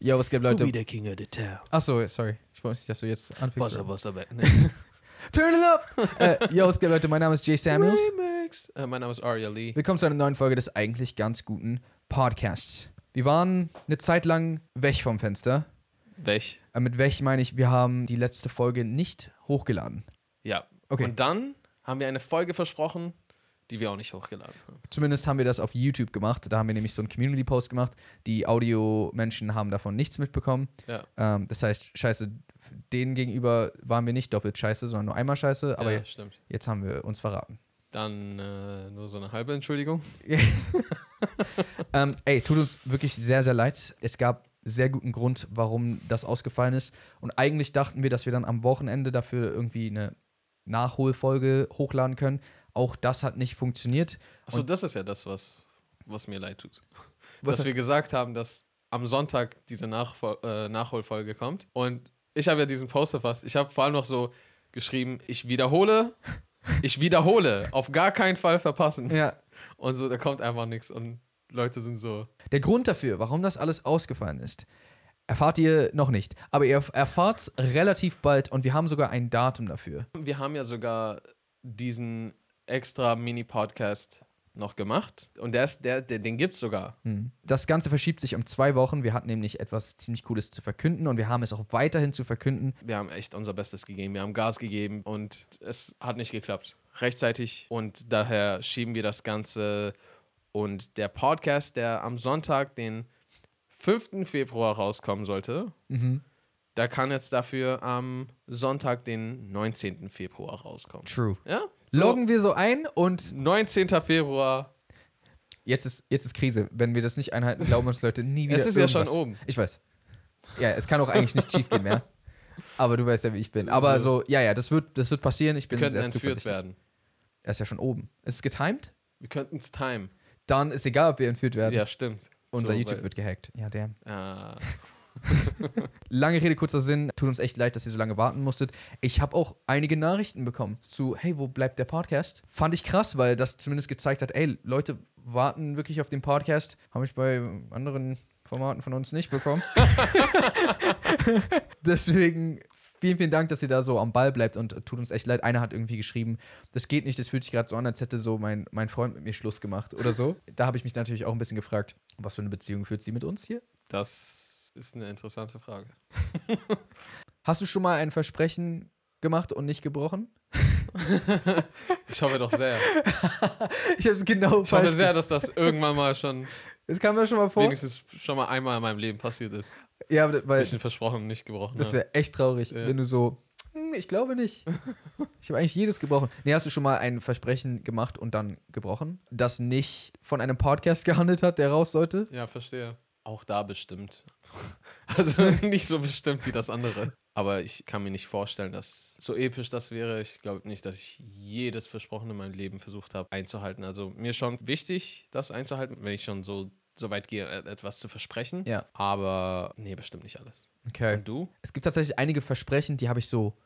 Yo, was gibt Leute? Be the king of the town. Achso, sorry. Ich weiß nicht, dass du jetzt anfängst. Bossa, Bossa, Bett. Turn it up! äh, yo, was gibt Leute? Mein Name ist Jay Samuels. Remix. Äh, mein Name ist Aria Lee. Willkommen zu einer neuen Folge des eigentlich ganz guten Podcasts. Wir waren eine Zeit lang weg vom Fenster. Welch? Äh, mit weg meine ich, wir haben die letzte Folge nicht hochgeladen. Ja. Okay. Und dann haben wir eine Folge versprochen, die wir auch nicht hochgeladen haben. Zumindest haben wir das auf YouTube gemacht. Da haben wir nämlich so einen Community-Post gemacht. Die Audio-Menschen haben davon nichts mitbekommen. Ja. Ähm, das heißt, scheiße, denen gegenüber waren wir nicht doppelt scheiße, sondern nur einmal scheiße. Aber ja, stimmt. jetzt haben wir uns verraten. Dann äh, nur so eine halbe Entschuldigung. Ähm, ey, tut uns wirklich sehr, sehr leid. Es gab sehr guten Grund, warum das ausgefallen ist. Und eigentlich dachten wir, dass wir dann am Wochenende dafür irgendwie eine Nachholfolge hochladen können. Auch das hat nicht funktioniert. Achso, das ist ja das, was, was mir leid tut. Was- dass wir gesagt haben, dass am Sonntag diese Nachfol äh, Nachholfolge kommt. Und ich habe ja diesen Post verfasst. Ich habe vor allem noch so geschrieben, ich wiederhole, ich wiederhole, auf gar keinen Fall verpassen. Ja. Und so, da kommt einfach nichts. Und Leute sind so, Der Grund dafür, warum das alles ausgefallen ist, erfahrt ihr noch nicht. Aber ihr erfahrt es relativ bald und wir haben sogar ein Datum dafür. Wir haben ja sogar diesen extra Mini-Podcast noch gemacht. Und der ist, der, der, den gibt's sogar. Das Ganze verschiebt sich um zwei Wochen. Wir hatten nämlich etwas ziemlich Cooles zu verkünden und wir haben es auch weiterhin zu verkünden. Wir haben echt unser Bestes gegeben. Wir haben Gas gegeben und es hat nicht geklappt. Rechtzeitig. Und daher schieben wir das Ganze. Und der Podcast, der am Sonntag, den 5. Februar rauskommen sollte, da kann jetzt dafür am Sonntag, den 19. Februar rauskommen. True. Ja? So, Loggen wir so ein und 19. Februar Jetzt ist, jetzt ist Krise. Wenn wir das nicht einhalten, glauben uns Leute nie wieder. Es ist ja schon irgendwas. oben. Ich weiß. Ja, es kann auch eigentlich nicht schief gehen mehr. Aber du weißt ja, wie ich bin. Aber so, ja, ja, das wird, das wird passieren. Ich bin könnten sehr entführt zuversichtlich. werden. Er ist ja schon oben. Ist es getimed? Wir könnten es timen. Dann ist egal, ob wir entführt werden. Ja, stimmt. Unser So, YouTube weil- wird gehackt. Ja, der. Ah, Lange Rede, kurzer Sinn. Tut uns echt leid, dass ihr so lange warten musstet. Ich habe auch einige Nachrichten bekommen zu, hey, wo bleibt der Podcast? Fand ich krass, weil das zumindest gezeigt hat, ey, Leute warten wirklich auf den Podcast. Habe ich bei anderen Formaten von uns nicht bekommen. Deswegen vielen, vielen Dank, dass ihr da so am Ball bleibt und tut uns echt leid. Einer hat irgendwie geschrieben, das geht nicht, das fühlt sich gerade so an, als hätte so mein, mein Freund mit mir Schluss gemacht oder so. Da habe ich mich natürlich auch ein bisschen gefragt, was für eine Beziehung führt sie mit uns hier? das ist eine interessante Frage. Hast du schon mal ein Versprechen gemacht und nicht gebrochen? Ich hoffe doch sehr. Ich habe es genau Ich hoffe sehr, dass das irgendwann mal schon, Das kam mir schon mal vor. wenigstens schon mal einmal in meinem Leben passiert ist. ja, aber- weil Bisschen versprochen und nicht gebrochen. Ne? das ja. wäre echt traurig, Ja. wenn du so, "Hm, ich glaube nicht. Ich habe eigentlich jedes gebrochen. Nee, hast du schon mal ein Versprechen gemacht und dann gebrochen, das nicht von einem Podcast gehandelt hat, der raus sollte? ja, verstehe. Auch da bestimmt. Also nicht so bestimmt wie das andere. Aber ich kann mir nicht vorstellen, dass so episch das wäre. Ich glaube nicht, dass ich jedes Versprochene in meinem Leben versucht habe einzuhalten. Also mir ist schon wichtig, das einzuhalten, wenn ich schon so, so weit gehe, et- etwas zu versprechen. Ja. Aber nee, bestimmt nicht alles. Okay. Und du? Es gibt tatsächlich einige Versprechen, die habe ich so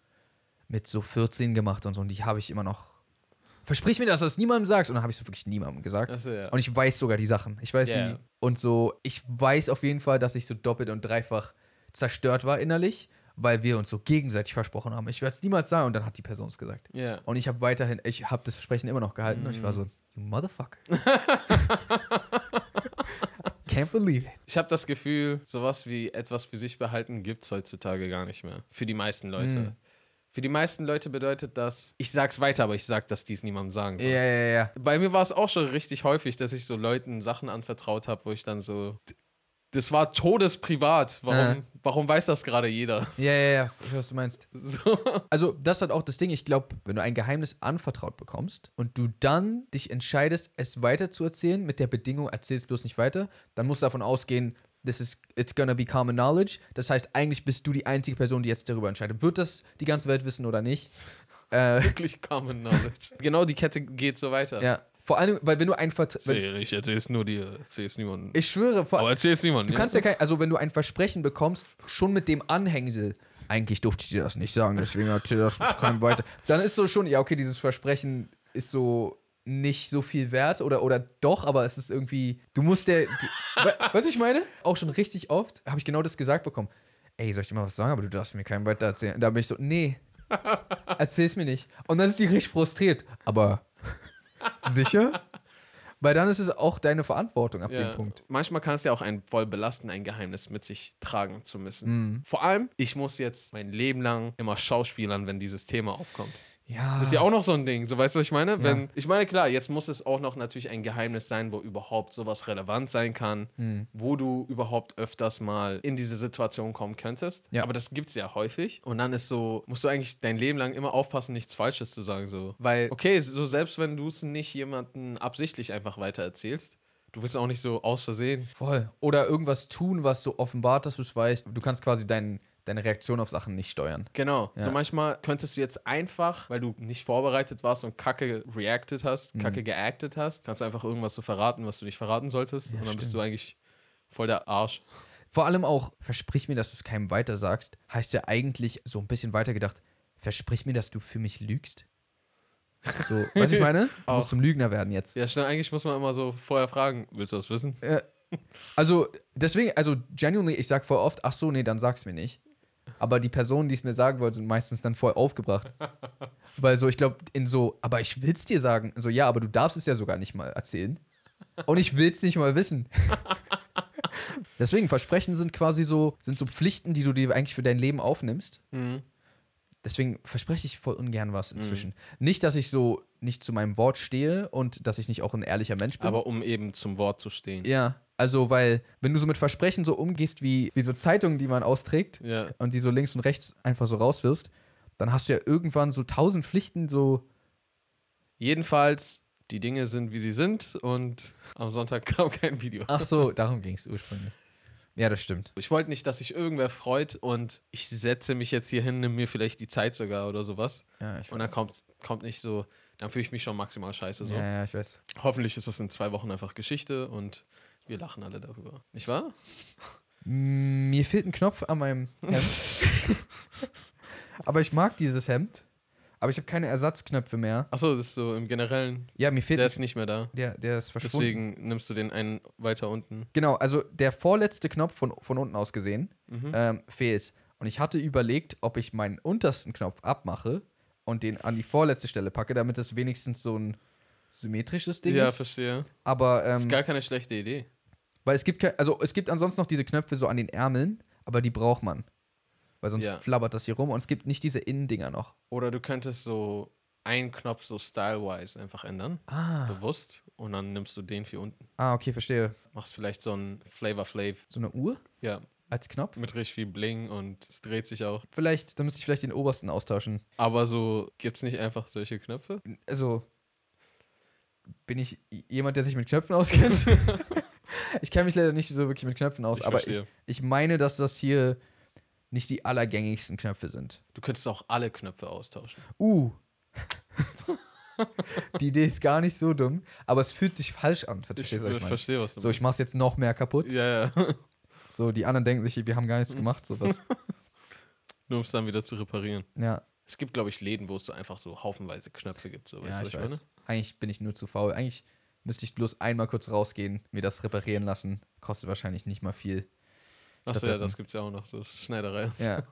mit so 14 gemacht und so und die habe ich immer noch. Versprich mir, dass du es niemandem sagst. Und dann habe ich es wirklich niemandem gesagt. Achso, ja. Und ich weiß sogar die Sachen. Ich weiß Ja. die. Und so, ich weiß auf jeden Fall, dass ich so doppelt und dreifach zerstört war innerlich, weil wir uns so gegenseitig versprochen haben. Ich werde es niemals sagen. Und dann hat die Person es gesagt. Ja. Und ich habe weiterhin, ich habe das Versprechen immer noch gehalten. Und ich war so, you motherfucker. Can't believe it. Ich habe das Gefühl, sowas wie etwas für sich behalten gibt es heutzutage gar nicht mehr. Für die meisten Leute. Hm. Für die meisten Leute bedeutet das, ich sag's weiter, aber ich sag, dass dies niemandem sagen soll. Ja, ja, ja. Bei mir war es auch schon richtig häufig, dass ich so Leuten Sachen anvertraut habe, wo ich dann so. "D- Das war todesprivat. Warum, Ja. warum weiß das gerade jeder? Ja, ja, ja. Ich weiß, was du meinst. Also, das hat auch das Ding. Ich glaube, wenn du ein Geheimnis anvertraut bekommst und du dann dich entscheidest, es weiter zu erzählen, mit der Bedingung, erzähl es bloß nicht weiter, dann musst du davon ausgehen, this is, it's gonna be common knowledge. Das heißt, eigentlich bist du die einzige Person, die jetzt darüber entscheidet. Wird das die ganze Welt wissen oder nicht? Äh, Wirklich common knowledge. genau die Kette geht so weiter. ja. Vor allem, weil wenn du ein Vertra- wenn, Erzähl, ich erzähl's nur dir, erzähl's niemandem. Ich schwöre, vor, aber erzähl's niemandem. Du kannst ja kein, also wenn du ein Versprechen bekommst, schon mit dem Anhängsel, eigentlich durfte ich dir das nicht sagen, deswegen erzähl das mit keinem weiter. Dann ist so schon, ja, okay, dieses Versprechen ist so nicht so viel wert oder, oder doch, aber es ist irgendwie, du musst der, du, we- weißt du, ich meine? Auch schon richtig oft habe ich genau das gesagt bekommen. Ey, soll ich dir mal was sagen, aber du darfst mir keinen weiter erzählen. Da bin ich so, nee, erzähl's mir nicht. Und dann ist die richtig frustriert. Aber sicher? Weil dann ist es auch deine Verantwortung ab Ja. dem Punkt. Manchmal kann es ja auch einen voll belasten, ein Geheimnis mit sich tragen zu müssen. Mhm. Vor allem, ich muss jetzt mein Leben lang immer schauspielern, wenn dieses Thema aufkommt. Ja. Das ist ja auch noch so ein Ding, so weißt du, was ich meine? Wenn, ich meine, klar, jetzt muss es auch noch natürlich ein Geheimnis sein, wo überhaupt sowas relevant sein kann, Mhm. wo du überhaupt öfters mal in diese Situation kommen könntest. Ja. Aber das gibt es ja häufig. Und dann ist so, musst du eigentlich dein Leben lang immer aufpassen, nichts Falsches zu sagen. So. Weil, okay, so selbst wenn du es nicht jemandem absichtlich einfach weitererzählst, du willst auch nicht so aus Versehen. Voll. Oder irgendwas tun, was so offenbart, dass du es weißt. Du kannst quasi dein, deine Reaktion auf Sachen nicht steuern. Genau. Ja. So manchmal könntest du jetzt einfach, weil du nicht vorbereitet warst und kacke reacted hast, kacke geacted hast, kannst du einfach irgendwas so verraten, was du nicht verraten solltest. und dann bist du eigentlich voll der Arsch. Vor allem auch, versprich mir, dass du es keinem weiter sagst, heißt ja eigentlich so ein bisschen weitergedacht, versprich mir, dass du für mich lügst. So, weißt du, was ich meine? Du Auch. musst zum Lügner werden jetzt. Ja, schnell, eigentlich muss man immer so vorher fragen, willst du das wissen? Also, deswegen, also genuinely, ich sag voll oft, ach so, nee, dann sag's mir nicht. Aber die Personen, die es mir sagen wollen, sind meistens dann voll aufgebracht. Weil so, ich glaube, in so, aber ich will's dir sagen. So, ja, aber du darfst es ja sogar nicht mal erzählen. Und ich will's nicht mal wissen. deswegen, Versprechen sind quasi so, sind so Pflichten, die du dir eigentlich für dein Leben aufnimmst. Deswegen verspreche ich voll ungern was inzwischen. Nicht, dass ich so nicht zu meinem Wort stehe und dass ich nicht auch ein ehrlicher Mensch bin. Aber um eben zum Wort zu stehen. Ja, also weil, wenn du so mit Versprechen so umgehst wie, wie so Zeitungen, die man austrägt Ja. und die so links und rechts einfach so rauswirfst, dann hast du ja irgendwann so tausend Pflichten, so Jedenfalls, die Dinge sind, wie sie sind und am Sonntag kam kein Video. ach so, darum ging es ursprünglich. Ja, das stimmt. Ich wollte nicht, dass sich irgendwer freut und ich setze mich jetzt hier hin, nimm mir vielleicht die Zeit sogar oder sowas. Ja, ich Und dann kommt, kommt nicht so, dann fühle ich mich schon maximal scheiße. So. Ja, ja, ich weiß. Hoffentlich ist das in zwei Wochen einfach Geschichte und wir lachen alle darüber. Nicht wahr? Mm, Mir fehlt ein Knopf an meinem Hemd, aber ich mag dieses Hemd. Aber ich habe keine Ersatzknöpfe mehr. Achso, das ist so im Generellen. Ja, mir fehlt Der ist nicht mehr da. der, der ist verschwunden. Deswegen nimmst du den einen weiter unten. Genau, also der vorletzte Knopf von, von unten aus gesehen Mhm. ähm, fehlt. Und ich hatte überlegt, ob ich meinen untersten Knopf abmache und den an die vorletzte Stelle packe, damit das wenigstens so ein symmetrisches Ding ja, ist. verstehe. Aber Das ähm, ist gar keine schlechte Idee. weil es gibt kein, also es gibt ansonsten noch diese Knöpfe so an den Ärmeln, aber die braucht man. Weil sonst Ja. flabbert das hier rum und es gibt nicht diese Innendinger noch. Oder du könntest so einen Knopf so stylewise einfach ändern. Bewusst. Und dann nimmst du den für unten. Ah, okay, verstehe. Machst vielleicht so einen Flavor Flav. So eine Uhr Ja, als Knopf? mit richtig viel Bling und es dreht sich auch. Vielleicht, da müsste ich vielleicht den obersten austauschen. Aber so gibt es nicht einfach solche Knöpfe. also bin ich jemand, der sich mit Knöpfen auskennt. ich kenne mich leider nicht so wirklich mit Knöpfen aus, Ich aber ich, verstehe. ich meine, dass das hier nicht die allergängigsten Knöpfe sind. Du könntest auch alle Knöpfe austauschen. Uh. die Idee ist gar nicht so dumm, aber es fühlt sich falsch an. Ich, Verstehst du, was ich ich meine? verstehe, was du So, ich mach's jetzt noch mehr kaputt. Ja, ja. So, die anderen denken sich, wir haben gar nichts gemacht. So was. Nur um es dann wieder zu reparieren. Ja, Es gibt, glaube ich, Läden, wo es so einfach so haufenweise Knöpfe gibt. So, weißt ja du, ich, was weiß. Eigentlich bin ich nur zu faul. Eigentlich müsste ich bloß einmal kurz rausgehen, mir das reparieren lassen. Kostet wahrscheinlich nicht mal viel. Achso, ja, Stattdessen. das gibt es ja auch noch, so Schneiderei. und so. Ja.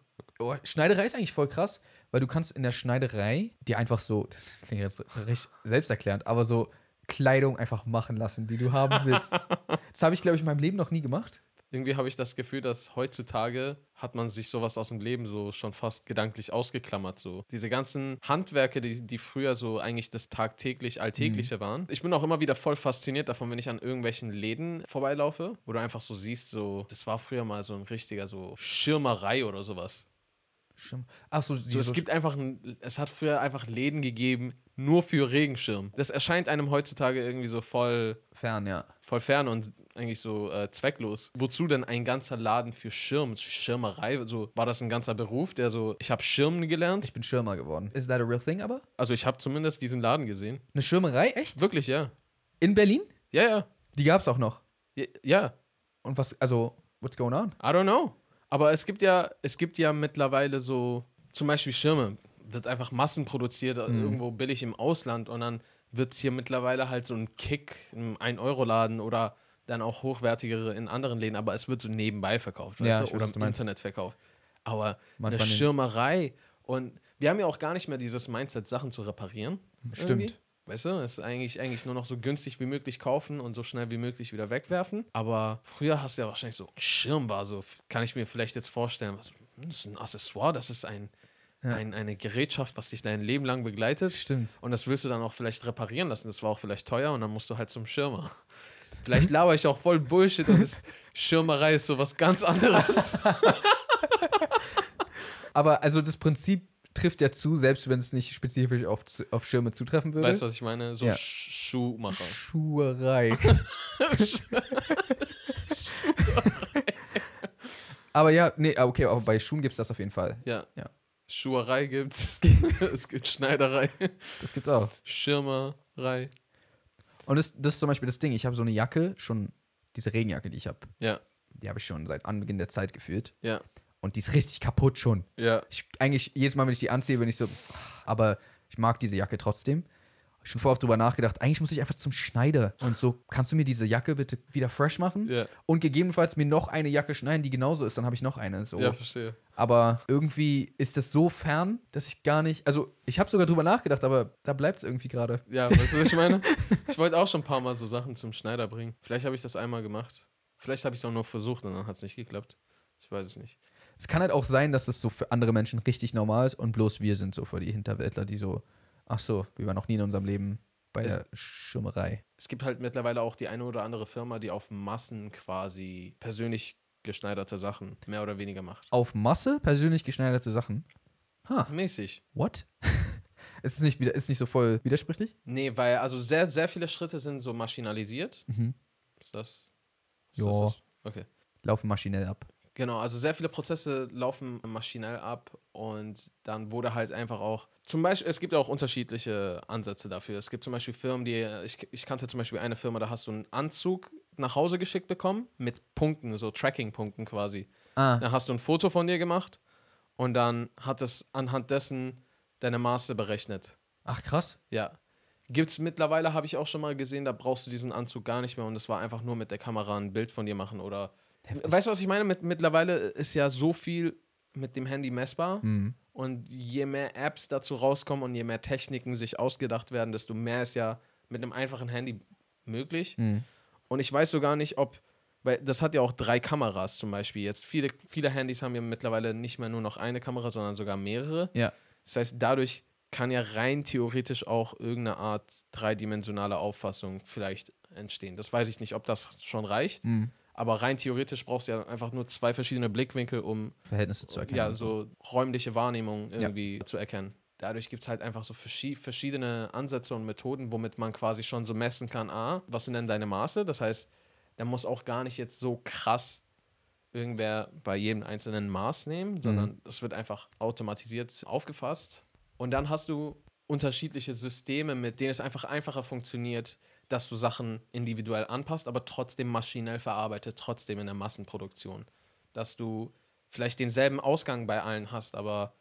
Oh, Schneiderei ist eigentlich voll krass, weil du kannst in der Schneiderei dir einfach so, das klingt jetzt recht selbsterklärend, aber so Kleidung einfach machen lassen, die du haben willst. das habe ich, glaube ich, in meinem Leben noch nie gemacht. Irgendwie habe ich das Gefühl, dass heutzutage hat man sich sowas aus dem Leben so schon fast gedanklich ausgeklammert. So. Diese ganzen Handwerke, die, die früher so eigentlich das tagtäglich Alltägliche waren. Ich bin auch immer wieder voll fasziniert davon, wenn ich an irgendwelchen Läden vorbeilaufe, wo du einfach so siehst, so, das war früher mal so ein richtiger so Schirmerei oder sowas. Achso, So, es gibt einfach, ein, es hat früher einfach Läden gegeben, nur für Regenschirm. Das erscheint einem heutzutage irgendwie so voll, fern, ja. voll fern und eigentlich so äh, zwecklos. Wozu denn ein ganzer Laden für Schirm, Schirmerei? So, war das ein ganzer Beruf, der so, ich habe Schirmen gelernt? Ich bin Schirmer geworden. Is that a real thing aber? Also ich habe zumindest diesen Laden gesehen. Eine Schirmerei, echt? Wirklich, ja. In Berlin? Ja, ja. Die gab es auch noch. Ja, ja. Und was, also, what's going on? I don't know. Aber es gibt ja, es gibt ja mittlerweile äh, Mhm. so, zum Beispiel Schirme, wird einfach massenproduziert, irgendwo billig im Ausland und dann wird es hier mittlerweile halt so ein Kick im 1-Euro-Laden oder dann auch hochwertigere in anderen Läden, aber es wird so nebenbei verkauft, Ja, weißt ich weiß, du? Oder was du im meinst. Internet verkauft. Aber Manchmal eine nicht. Schirmerei und wir haben ja auch gar nicht mehr dieses Mindset, Sachen zu reparieren. Stimmt. irgendwie. Weißt du, es ist eigentlich, eigentlich nur noch so günstig wie möglich kaufen und so schnell wie möglich wieder wegwerfen. Aber früher hast du ja wahrscheinlich so, Schirm war so, kann ich mir vielleicht jetzt vorstellen, was- das ist ein Accessoire, das ist ein, ein, eine Gerätschaft, was dich dein Leben lang begleitet. Stimmt. Und das willst du dann auch vielleicht reparieren lassen. Das war auch vielleicht teuer und dann musst du halt zum Schirmer. Vielleicht laber ich auch voll Bullshit und das Schirmerei ist so was ganz anderes. Aber also das Prinzip trifft ja zu, selbst wenn es nicht spezifisch auf, zu- auf Schirme zutreffen würde. Weißt du, was ich meine? So Ja. Sch- Schuhmacher. Schuherei. aber ja, nee, ah, okay, aber bei Schuhen gibt es das auf jeden Fall. Ja. Ja. Schuherei gibt's. es gibt Schneiderei, Das gibt's auch. Schirmerei. Und das, das ist zum Beispiel das Ding. Ich habe so eine Jacke, schon diese Regenjacke, die ich habe, Ja, die habe ich schon seit Anbeginn der Zeit geführt. ja, Und die ist richtig kaputt schon. ja. Ich, eigentlich jedes Mal, wenn ich die anziehe, bin ich so, aber ich mag diese Jacke trotzdem. Hab Schon vorher drüber nachgedacht, eigentlich muss ich einfach zum Schneider. Und so, kannst du mir diese Jacke bitte wieder fresh machen? Ja. Und gegebenenfalls mir noch eine Jacke schneiden, die genauso ist, dann habe ich noch eine. So. Ja, verstehe. Aber irgendwie ist das so fern, dass ich gar nicht. Also, ich habe sogar drüber nachgedacht, aber da bleibt es irgendwie gerade. Ja, weißt du, was ich meine? Ich wollte auch schon ein paar Mal so Sachen zum Schneider bringen. Vielleicht habe ich das einmal gemacht. Vielleicht habe ich es auch nur versucht und dann hat es nicht geklappt. Ich weiß es nicht. Es kann halt auch sein, dass das so für andere Menschen richtig normal ist und bloß wir sind so für die Hinterwäldler, die so, ach so, wir waren noch nie in unserem Leben bei Es- der Schirmerei. Es gibt halt mittlerweile auch die eine oder andere Firma, die auf Massen quasi persönlich geschneiderte Sachen mehr oder weniger macht. Auf Masse persönlich geschneiderte Sachen. Mäßig. What? ist es nicht wieder, ist nicht so voll widersprüchlich? Nee, weil also sehr, sehr viele Schritte sind so maschinalisiert. Mhm. Ist das? Ist Ja. das? Okay. Laufen maschinell ab. Genau, also sehr viele Prozesse laufen maschinell ab und dann wurde halt einfach auch, zum Beispiel, es gibt auch unterschiedliche Ansätze dafür. Es gibt zum Beispiel Firmen, die, ich, ich kannte zum Beispiel eine Firma, da hast du einen Anzug nach Hause geschickt bekommen mit Punkten, so Tracking-Punkten quasi. Ah, Dann hast du ein Foto von dir gemacht und dann hat es anhand dessen deine Maße berechnet. ach krass. Ja. Gibt's mittlerweile, habe ich auch schon mal gesehen, da brauchst du diesen Anzug gar nicht mehr und das war einfach nur mit der Kamera ein Bild von dir machen oder. Weißt du, was ich meine? Mit, mittlerweile ist ja so viel mit dem Handy messbar und je mehr Apps dazu rauskommen und je mehr Techniken sich ausgedacht werden, desto mehr ist ja mit einem einfachen Handy möglich. Und ich weiß so gar nicht, ob, weil das hat ja auch drei Kameras zum Beispiel jetzt. Viele, viele Handys haben ja mittlerweile nicht mehr nur noch eine Kamera, sondern sogar mehrere. Ja. Das heißt, dadurch kann ja rein theoretisch auch irgendeine Art dreidimensionale Auffassung vielleicht entstehen. Das weiß ich nicht, ob das schon reicht, aber rein theoretisch brauchst du ja einfach nur zwei verschiedene Blickwinkel, um Verhältnisse zu erkennen. ja, so räumliche Wahrnehmung irgendwie zu erkennen. Dadurch gibt es halt einfach so verschi- verschiedene Ansätze und Methoden, womit man quasi schon so messen kann, ah, was sind denn deine Maße? Das heißt, da muss auch gar nicht jetzt so krass irgendwer bei jedem einzelnen Maß nehmen, sondern das wird einfach automatisiert aufgefasst. Und dann hast du unterschiedliche Systeme, mit denen es einfach einfacher funktioniert, dass du Sachen individuell anpasst, aber trotzdem maschinell verarbeitet, trotzdem in der Massenproduktion. Dass du vielleicht denselben Ausgang bei allen hast, aber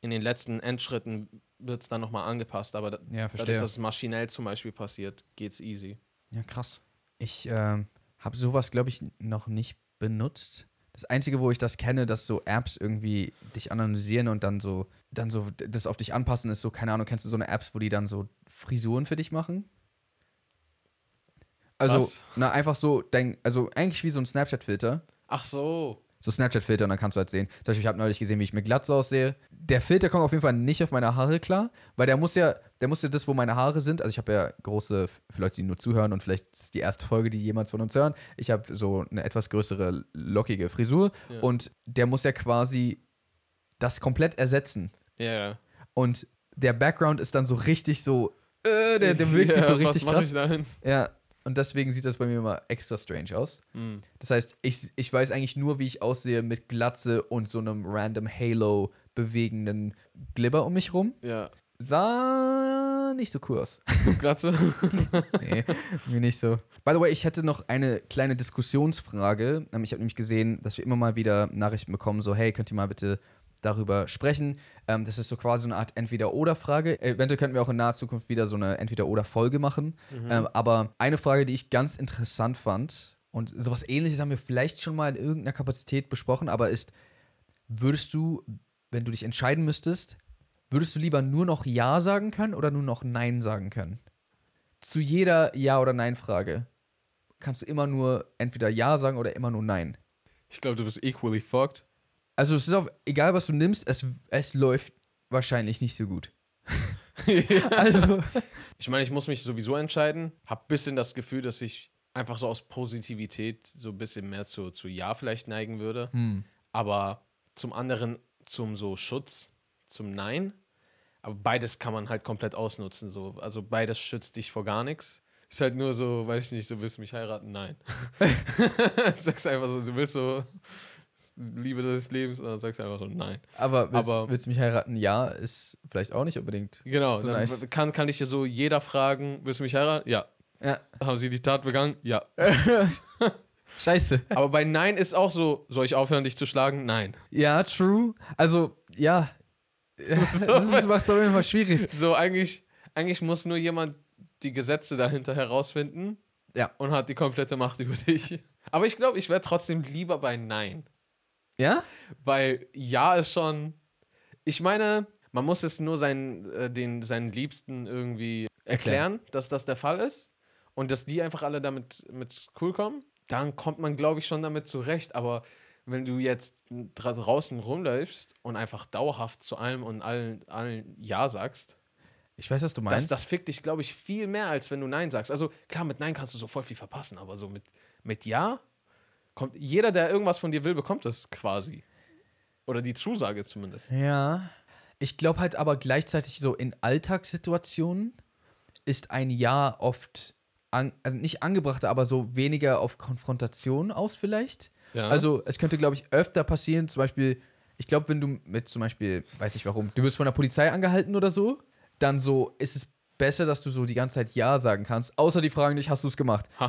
in den letzten Endschritten wird es dann nochmal angepasst. Aber da- Ja, dadurch, verstehe. dass es maschinell zum Beispiel passiert, geht's easy. Ja, krass. Ich ähm, habe sowas, glaube ich, noch nicht benutzt. Das Einzige, wo ich das kenne, dass so Apps irgendwie dich analysieren und dann so, dann so d- das auf dich anpassen, ist so, keine Ahnung, kennst du so eine Apps, wo die dann so Frisuren für dich machen? Also, Was? na, einfach so, dein, also eigentlich wie so ein Snapchat-Filter. Ach so. So Snapchat-Filter und dann kannst du halt sehen. Zum Beispiel, ich habe neulich gesehen, wie ich mir glatt aussehe. Der Filter kommt auf jeden Fall nicht auf meine Haare klar, weil der muss ja, der muss ja das, wo meine Haare sind. Also ich habe ja große, für Leute, die nur zuhören und vielleicht ist die erste Folge, die jemals von uns hören. Ich habe so eine etwas größere, lockige Frisur Ja. und der muss ja quasi das komplett ersetzen. Ja, ja. Und der Background ist dann so richtig so, äh, der, der bewegt sich so Ja, richtig was krass. Was ich dahin? Ja, und deswegen sieht das bei mir immer extra strange aus. Hm. Das heißt, ich, ich weiß eigentlich nur, wie ich aussehe mit Glatze und so einem random Halo bewegenden Glibber um mich rum. Ja. Sah nicht so cool aus. Glatze? Nee, mir nicht so. By the way, ich hätte noch eine kleine Diskussionsfrage. Ähm, Ich habe nämlich gesehen, dass wir immer mal wieder Nachrichten bekommen, so hey, könnt ihr mal bitte darüber sprechen. Ähm, das ist so quasi eine Art Entweder-Oder-Frage. Äh, Eventuell könnten wir auch in naher Zukunft wieder so eine Entweder-Oder-Folge machen. Ähm, aber eine Frage, die ich ganz interessant fand, und sowas ähnliches haben wir vielleicht schon mal in irgendeiner Kapazität besprochen, aber ist, würdest du, wenn du dich entscheiden müsstest, würdest du lieber nur noch Ja sagen können oder nur noch Nein sagen können? Zu jeder Ja- oder Nein-Frage kannst du immer nur entweder Ja sagen oder immer nur Nein. Ich glaube, du bist equally fucked. Also es ist auch, egal was du nimmst, es, es läuft wahrscheinlich nicht so gut. Also, Ich meine, ich muss mich sowieso entscheiden. Hab ein bisschen das Gefühl, dass ich einfach so aus Positivität so ein bisschen mehr zu, zu Ja vielleicht neigen würde. Aber zum anderen zum so Schutz, zum Nein. Aber beides kann man halt komplett ausnutzen. So. Also beides schützt dich vor gar nichts. Ist halt nur so, weiß ich nicht, du willst mich heiraten? Nein. sagst einfach so, du willst so Liebe des Lebens und dann sagst du einfach so Nein. aber willst, Aber- willst du mich heiraten? Ja, ist vielleicht auch nicht unbedingt. Genau, So dann nice. kann, kann ich ja so jeder fragen, willst du mich heiraten? Ja. Ja, Haben sie die Tat begangen? Ja. scheiße. Aber bei Nein ist auch so, soll ich aufhören, dich zu schlagen? Nein. Ja, true. Also, ja. Das macht es auf jeden Fall schwierig. So, eigentlich, eigentlich muss nur jemand die Gesetze dahinter herausfinden Ja. und hat die komplette Macht über dich. Aber ich glaube, ich wäre trotzdem lieber bei Nein. Ja? Weil Ja ist schon. Ich meine, man muss es nur seinen, äh, den, seinen Liebsten irgendwie erklären, dass das der Fall ist und dass die einfach alle damit mit cool kommen. Dann kommt man, glaube ich, schon damit zurecht. Aber wenn du jetzt dra draußen rumläufst und einfach dauerhaft zu allem und allen, allen Ja sagst, Ich weiß, was du das, meinst. das fickt dich, glaube ich, viel mehr, als wenn du Nein sagst. Also klar, mit Nein kannst du so voll viel verpassen, aber so mit, mit Ja kommt jeder, der irgendwas von dir will, bekommt das quasi. Oder die Zusage zumindest. Ja. Ich glaube halt aber gleichzeitig so in Alltagssituationen ist ein Ja oft, an, also nicht angebrachter, aber so weniger auf Konfrontation aus vielleicht. Ja. Also es könnte, glaube ich, öfter passieren, zum Beispiel, ich glaube, wenn du mit zum Beispiel, weiß nicht warum, du wirst von der Polizei angehalten oder so, dann so ist es besser, dass du so die ganze Zeit Ja sagen kannst, außer die fragen dich, hast du es gemacht?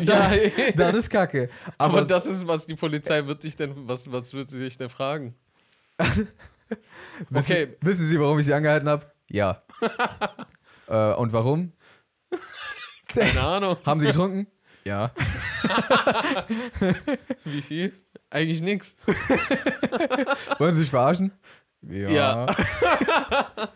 ja, Dann ist Kacke. aber, das ist, was die Polizei wird dich denn, was, was wird sie dich denn fragen? Wissen, Okay. wissen Sie, warum ich Sie angehalten habe? Ja. äh, und warum? Keine Ahnung. Haben Sie getrunken? ja. Wie viel? Eigentlich nichts. Wollen Sie sich verarschen? Ja. Ja.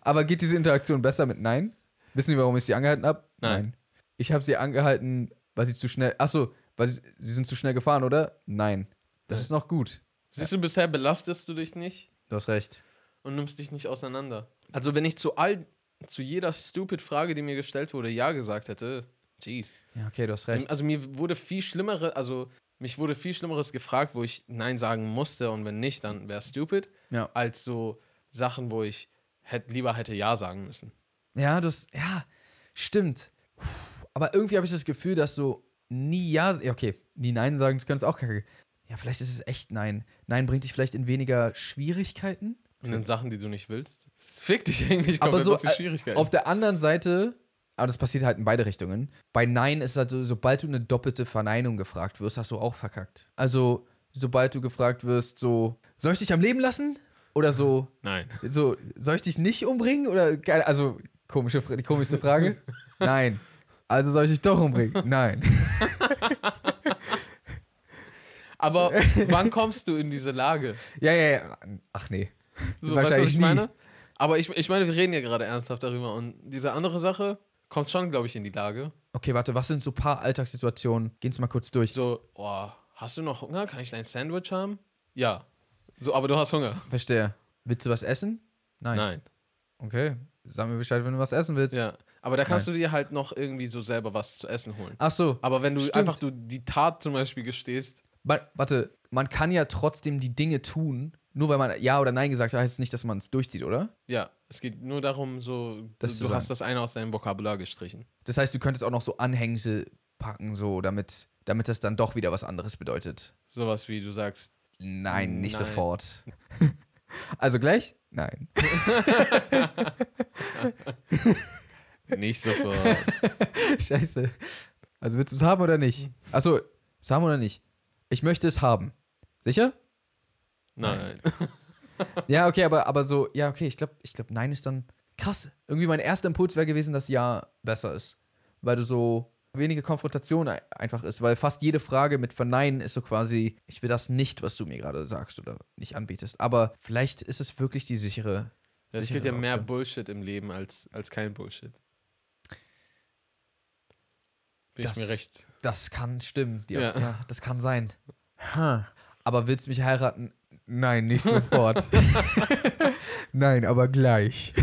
Aber geht diese Interaktion besser mit Nein? Wissen Sie, warum ich Sie angehalten habe? Nein. Ich habe Sie angehalten, weil Sie zu schnell. Achso, weil Sie, Sie sind zu schnell gefahren, oder? Nein. Das ist noch gut. Siehst du, bisher belastest du dich nicht? Du hast recht. und nimmst dich nicht auseinander. Also, wenn ich zu all zu jeder stupid Frage, die mir gestellt wurde, ja gesagt hätte, jeez. Ja, okay, du hast recht. Also mir wurde viel schlimmere, also mich wurde viel schlimmeres gefragt, wo ich nein sagen musste und wenn nicht, dann wäre stupid, Ja. als so Sachen, wo ich hätt, lieber hätte ja sagen müssen. Ja, das, ja, stimmt. Puh, Aber irgendwie habe ich das Gefühl, dass so nie Ja, ja, okay, nie Nein sagen zu können, ist auch kacke. Ja, vielleicht ist es echt Nein. Nein bringt dich vielleicht in weniger Schwierigkeiten. Und in Sachen, die du nicht willst, es fickt dich eigentlich komplett aber so aus den äh, Schwierigkeiten. auf der anderen Seite, aber das passiert halt in beide Richtungen. Bei Nein ist halt so, sobald du eine doppelte Verneinung gefragt wirst, hast du auch verkackt. Also, sobald du gefragt wirst, so, soll ich dich am Leben lassen? Oder so, Nein. so, soll ich dich nicht umbringen? Oder, keine- also, komische, die komischste Frage. Nein. Also soll ich dich doch umbringen? Nein. Aber wann kommst du in diese Lage? Ja, ja, ja. Ach nee. So, weißt du, was Wahrscheinlich ich nie. meine? Aber ich, ich meine, wir reden ja gerade ernsthaft darüber. Und diese andere Sache kommst schon, glaube ich, in die Lage. Okay, warte, was sind so ein paar Alltagssituationen? Gehen's mal kurz durch. So, oh, hast du noch Hunger? Kann ich dein Sandwich haben? Ja. So, aber du hast Hunger. Verstehe. Willst du was essen? Nein. Nein. Okay. Sag mir Bescheid, wenn du was essen willst. Ja. Aber da kannst du dir halt noch irgendwie so selber was zu essen holen. Ach so. Aber wenn du Stimmt. einfach du die Tat zum Beispiel gestehst, Man, warte, man kann ja trotzdem die Dinge tun, nur weil man Ja oder Nein gesagt hat, heißt es nicht, dass man es durchzieht, oder? ja, es geht nur darum, so, Das du, zu du hast das eine aus deinem Vokabular gestrichen. Das heißt, du könntest auch noch so Anhängsel packen, so, damit, damit das dann doch wieder was anderes bedeutet. Sowas wie du sagst, Nein, nicht Nein. sofort. Also gleich? Nein. nicht sofort. Scheiße. Also willst du es Hm. haben oder nicht? Achso, es haben oder nicht? Ich möchte es haben. Sicher? Nein. Ja, okay, aber, aber so, ja, okay, ich glaube, ich glaub, nein ist dann krass. Irgendwie mein erster Impuls wäre gewesen, dass ja besser ist. Weil du so wenige Konfrontation ei- einfach ist. Weil fast jede Frage mit Verneinen ist so quasi, ich will das nicht, was du mir gerade sagst oder nicht anbietest. Aber vielleicht ist es wirklich die sichere. Es sichere gibt ja mehr Option. Bullshit im Leben als, als kein Bullshit. Bin Das- ich mir recht. Das kann stimmen. Ja, ja. Ja. das kann sein. Ha. Aber willst du mich heiraten? Nein, nicht sofort. nein, aber gleich.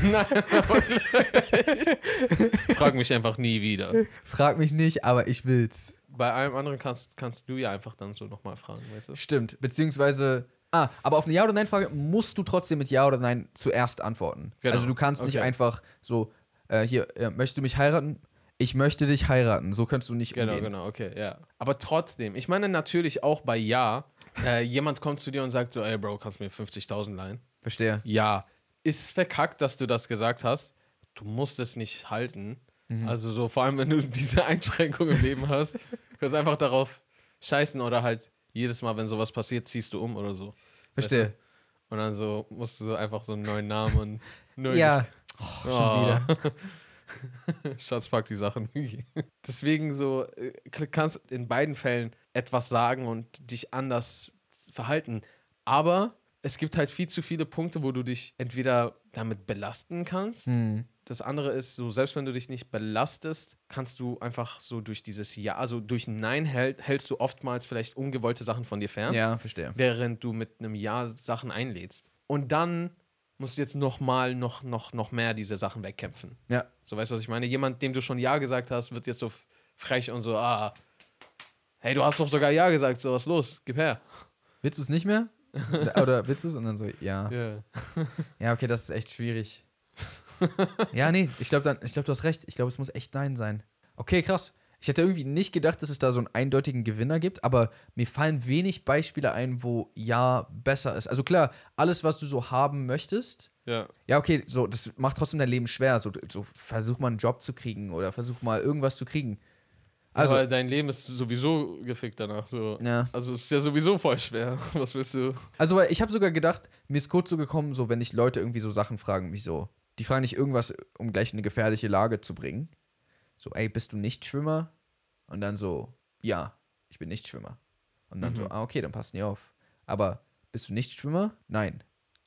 Frag mich einfach nie wieder. Frag mich nicht, aber ich will's. Bei allem anderen kannst, kannst du ja einfach dann so nochmal fragen, weißt du? Stimmt, beziehungsweise. Ah, aber auf eine Ja- oder Nein-Frage musst du trotzdem mit Ja oder Nein zuerst antworten. Genau. Also du kannst nicht Okay. einfach so, äh, hier, äh, möchtest du mich heiraten? Ich möchte dich heiraten. So kannst du nicht Genau, umgehen. genau, okay, ja. Aber trotzdem, ich meine natürlich auch bei Ja, äh, jemand kommt zu dir und sagt so, ey Bro, kannst du mir 50.000 leihen? Verstehe. Ja, ist verkackt, dass du das gesagt hast. Du musst es nicht halten. Also so, vor allem, wenn du diese Einschränkung im Leben hast, du kannst einfach darauf scheißen oder halt jedes Mal, wenn sowas passiert, ziehst du um oder so. Verstehe. Und dann so musst du so einfach so einen neuen Namen und neuen ja. Oh, schon Oh. wieder. Schatz, pack die Sachen. Deswegen so, äh, kannst in beiden Fällen etwas sagen und dich anders verhalten. Aber es gibt halt viel zu viele Punkte, wo du dich entweder damit belasten kannst. Das andere ist so, selbst wenn du dich nicht belastest, kannst du einfach so durch dieses Ja, also durch Nein hält, hältst du oftmals vielleicht ungewollte Sachen von dir fern Ja, verstehe. während du mit einem Ja Sachen einlädst. Und dann musst du jetzt nochmal noch, noch, noch mehr diese Sachen wegkämpfen. Ja. So weißt du, was ich meine? Jemand, dem du schon Ja gesagt hast, wird jetzt so f- frech und so, ah, hey, du hast doch sogar Ja gesagt, so was ist los, gib her. Willst du es nicht mehr? oder willst du es? Und dann so, ja. Ja, okay, das ist echt schwierig. ja, nee, ich glaube, glaub, du hast recht. Ich glaube, es muss echt Nein sein. Okay, krass. Ich hätte irgendwie nicht gedacht, dass es da so einen eindeutigen Gewinner gibt, aber mir fallen wenig Beispiele ein, wo Ja besser ist. Also klar, alles, was du so haben möchtest, Ja. ja, okay, so, das macht trotzdem dein Leben schwer. So, so versuch mal einen Job zu kriegen oder versuch mal irgendwas zu kriegen. Also, Also, Aber dein Leben ist sowieso gefickt danach. So. ja. Also es ist ja sowieso voll schwer. Was willst du? Also, weil ich habe sogar gedacht, mir ist kurz so gekommen, so, wenn ich Leute irgendwie so Sachen fragen, mich so. Die fragen nicht irgendwas, um gleich in eine gefährliche Lage zu bringen. So, ey, bist du Nichtschwimmer? Und dann so, ja, ich bin Nichtschwimmer. Und dann so, ah, okay, dann passen die auf. Aber bist du Nichtschwimmer? Nein.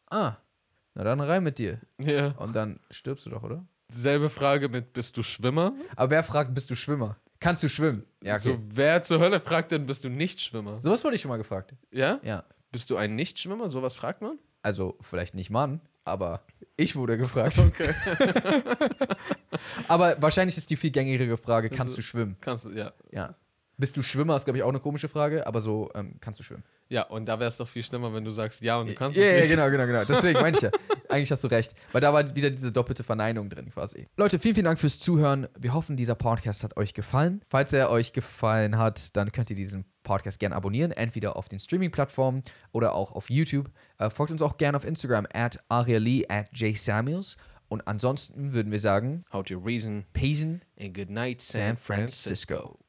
Ah, na dann rein mit dir. Ja. Und dann stirbst du doch, oder? Selbe Frage mit, bist du Schwimmer? Aber wer fragt, bist du Schwimmer? Kannst du schwimmen? Ja, So, okay. wer zur Hölle fragt denn, bist du nicht Schwimmer? Sowas wurde ich schon mal gefragt. Ja? Ja. Bist du ein Nichtschwimmer? Sowas fragt man? Also, vielleicht nicht Mann, aber ich wurde gefragt. Okay. Aber wahrscheinlich ist die viel gängigere Frage, kannst du schwimmen? Kannst du, ja. Ja. Bist du Schwimmer, ist, glaube ich, auch eine komische Frage, aber so, ähm, kannst du schwimmen? Ja, und da wäre es doch viel schlimmer, wenn du sagst, ja, und du kannst ja, ja, es nicht. genau, genau, genau. Deswegen meine ich ja. Eigentlich hast du recht. Weil da war wieder diese doppelte Verneinung drin quasi. Leute, vielen, vielen Dank fürs Zuhören. Wir hoffen, dieser Podcast hat euch gefallen. Falls er euch gefallen hat, dann könnt ihr diesen Podcast gerne abonnieren. Entweder auf den Streaming-Plattformen oder auch auf YouTube. Äh, folgt uns auch gerne auf Instagram at ariali at jsamuels. Und ansonsten würden wir sagen, How to reason Payson and good night, San Francisco.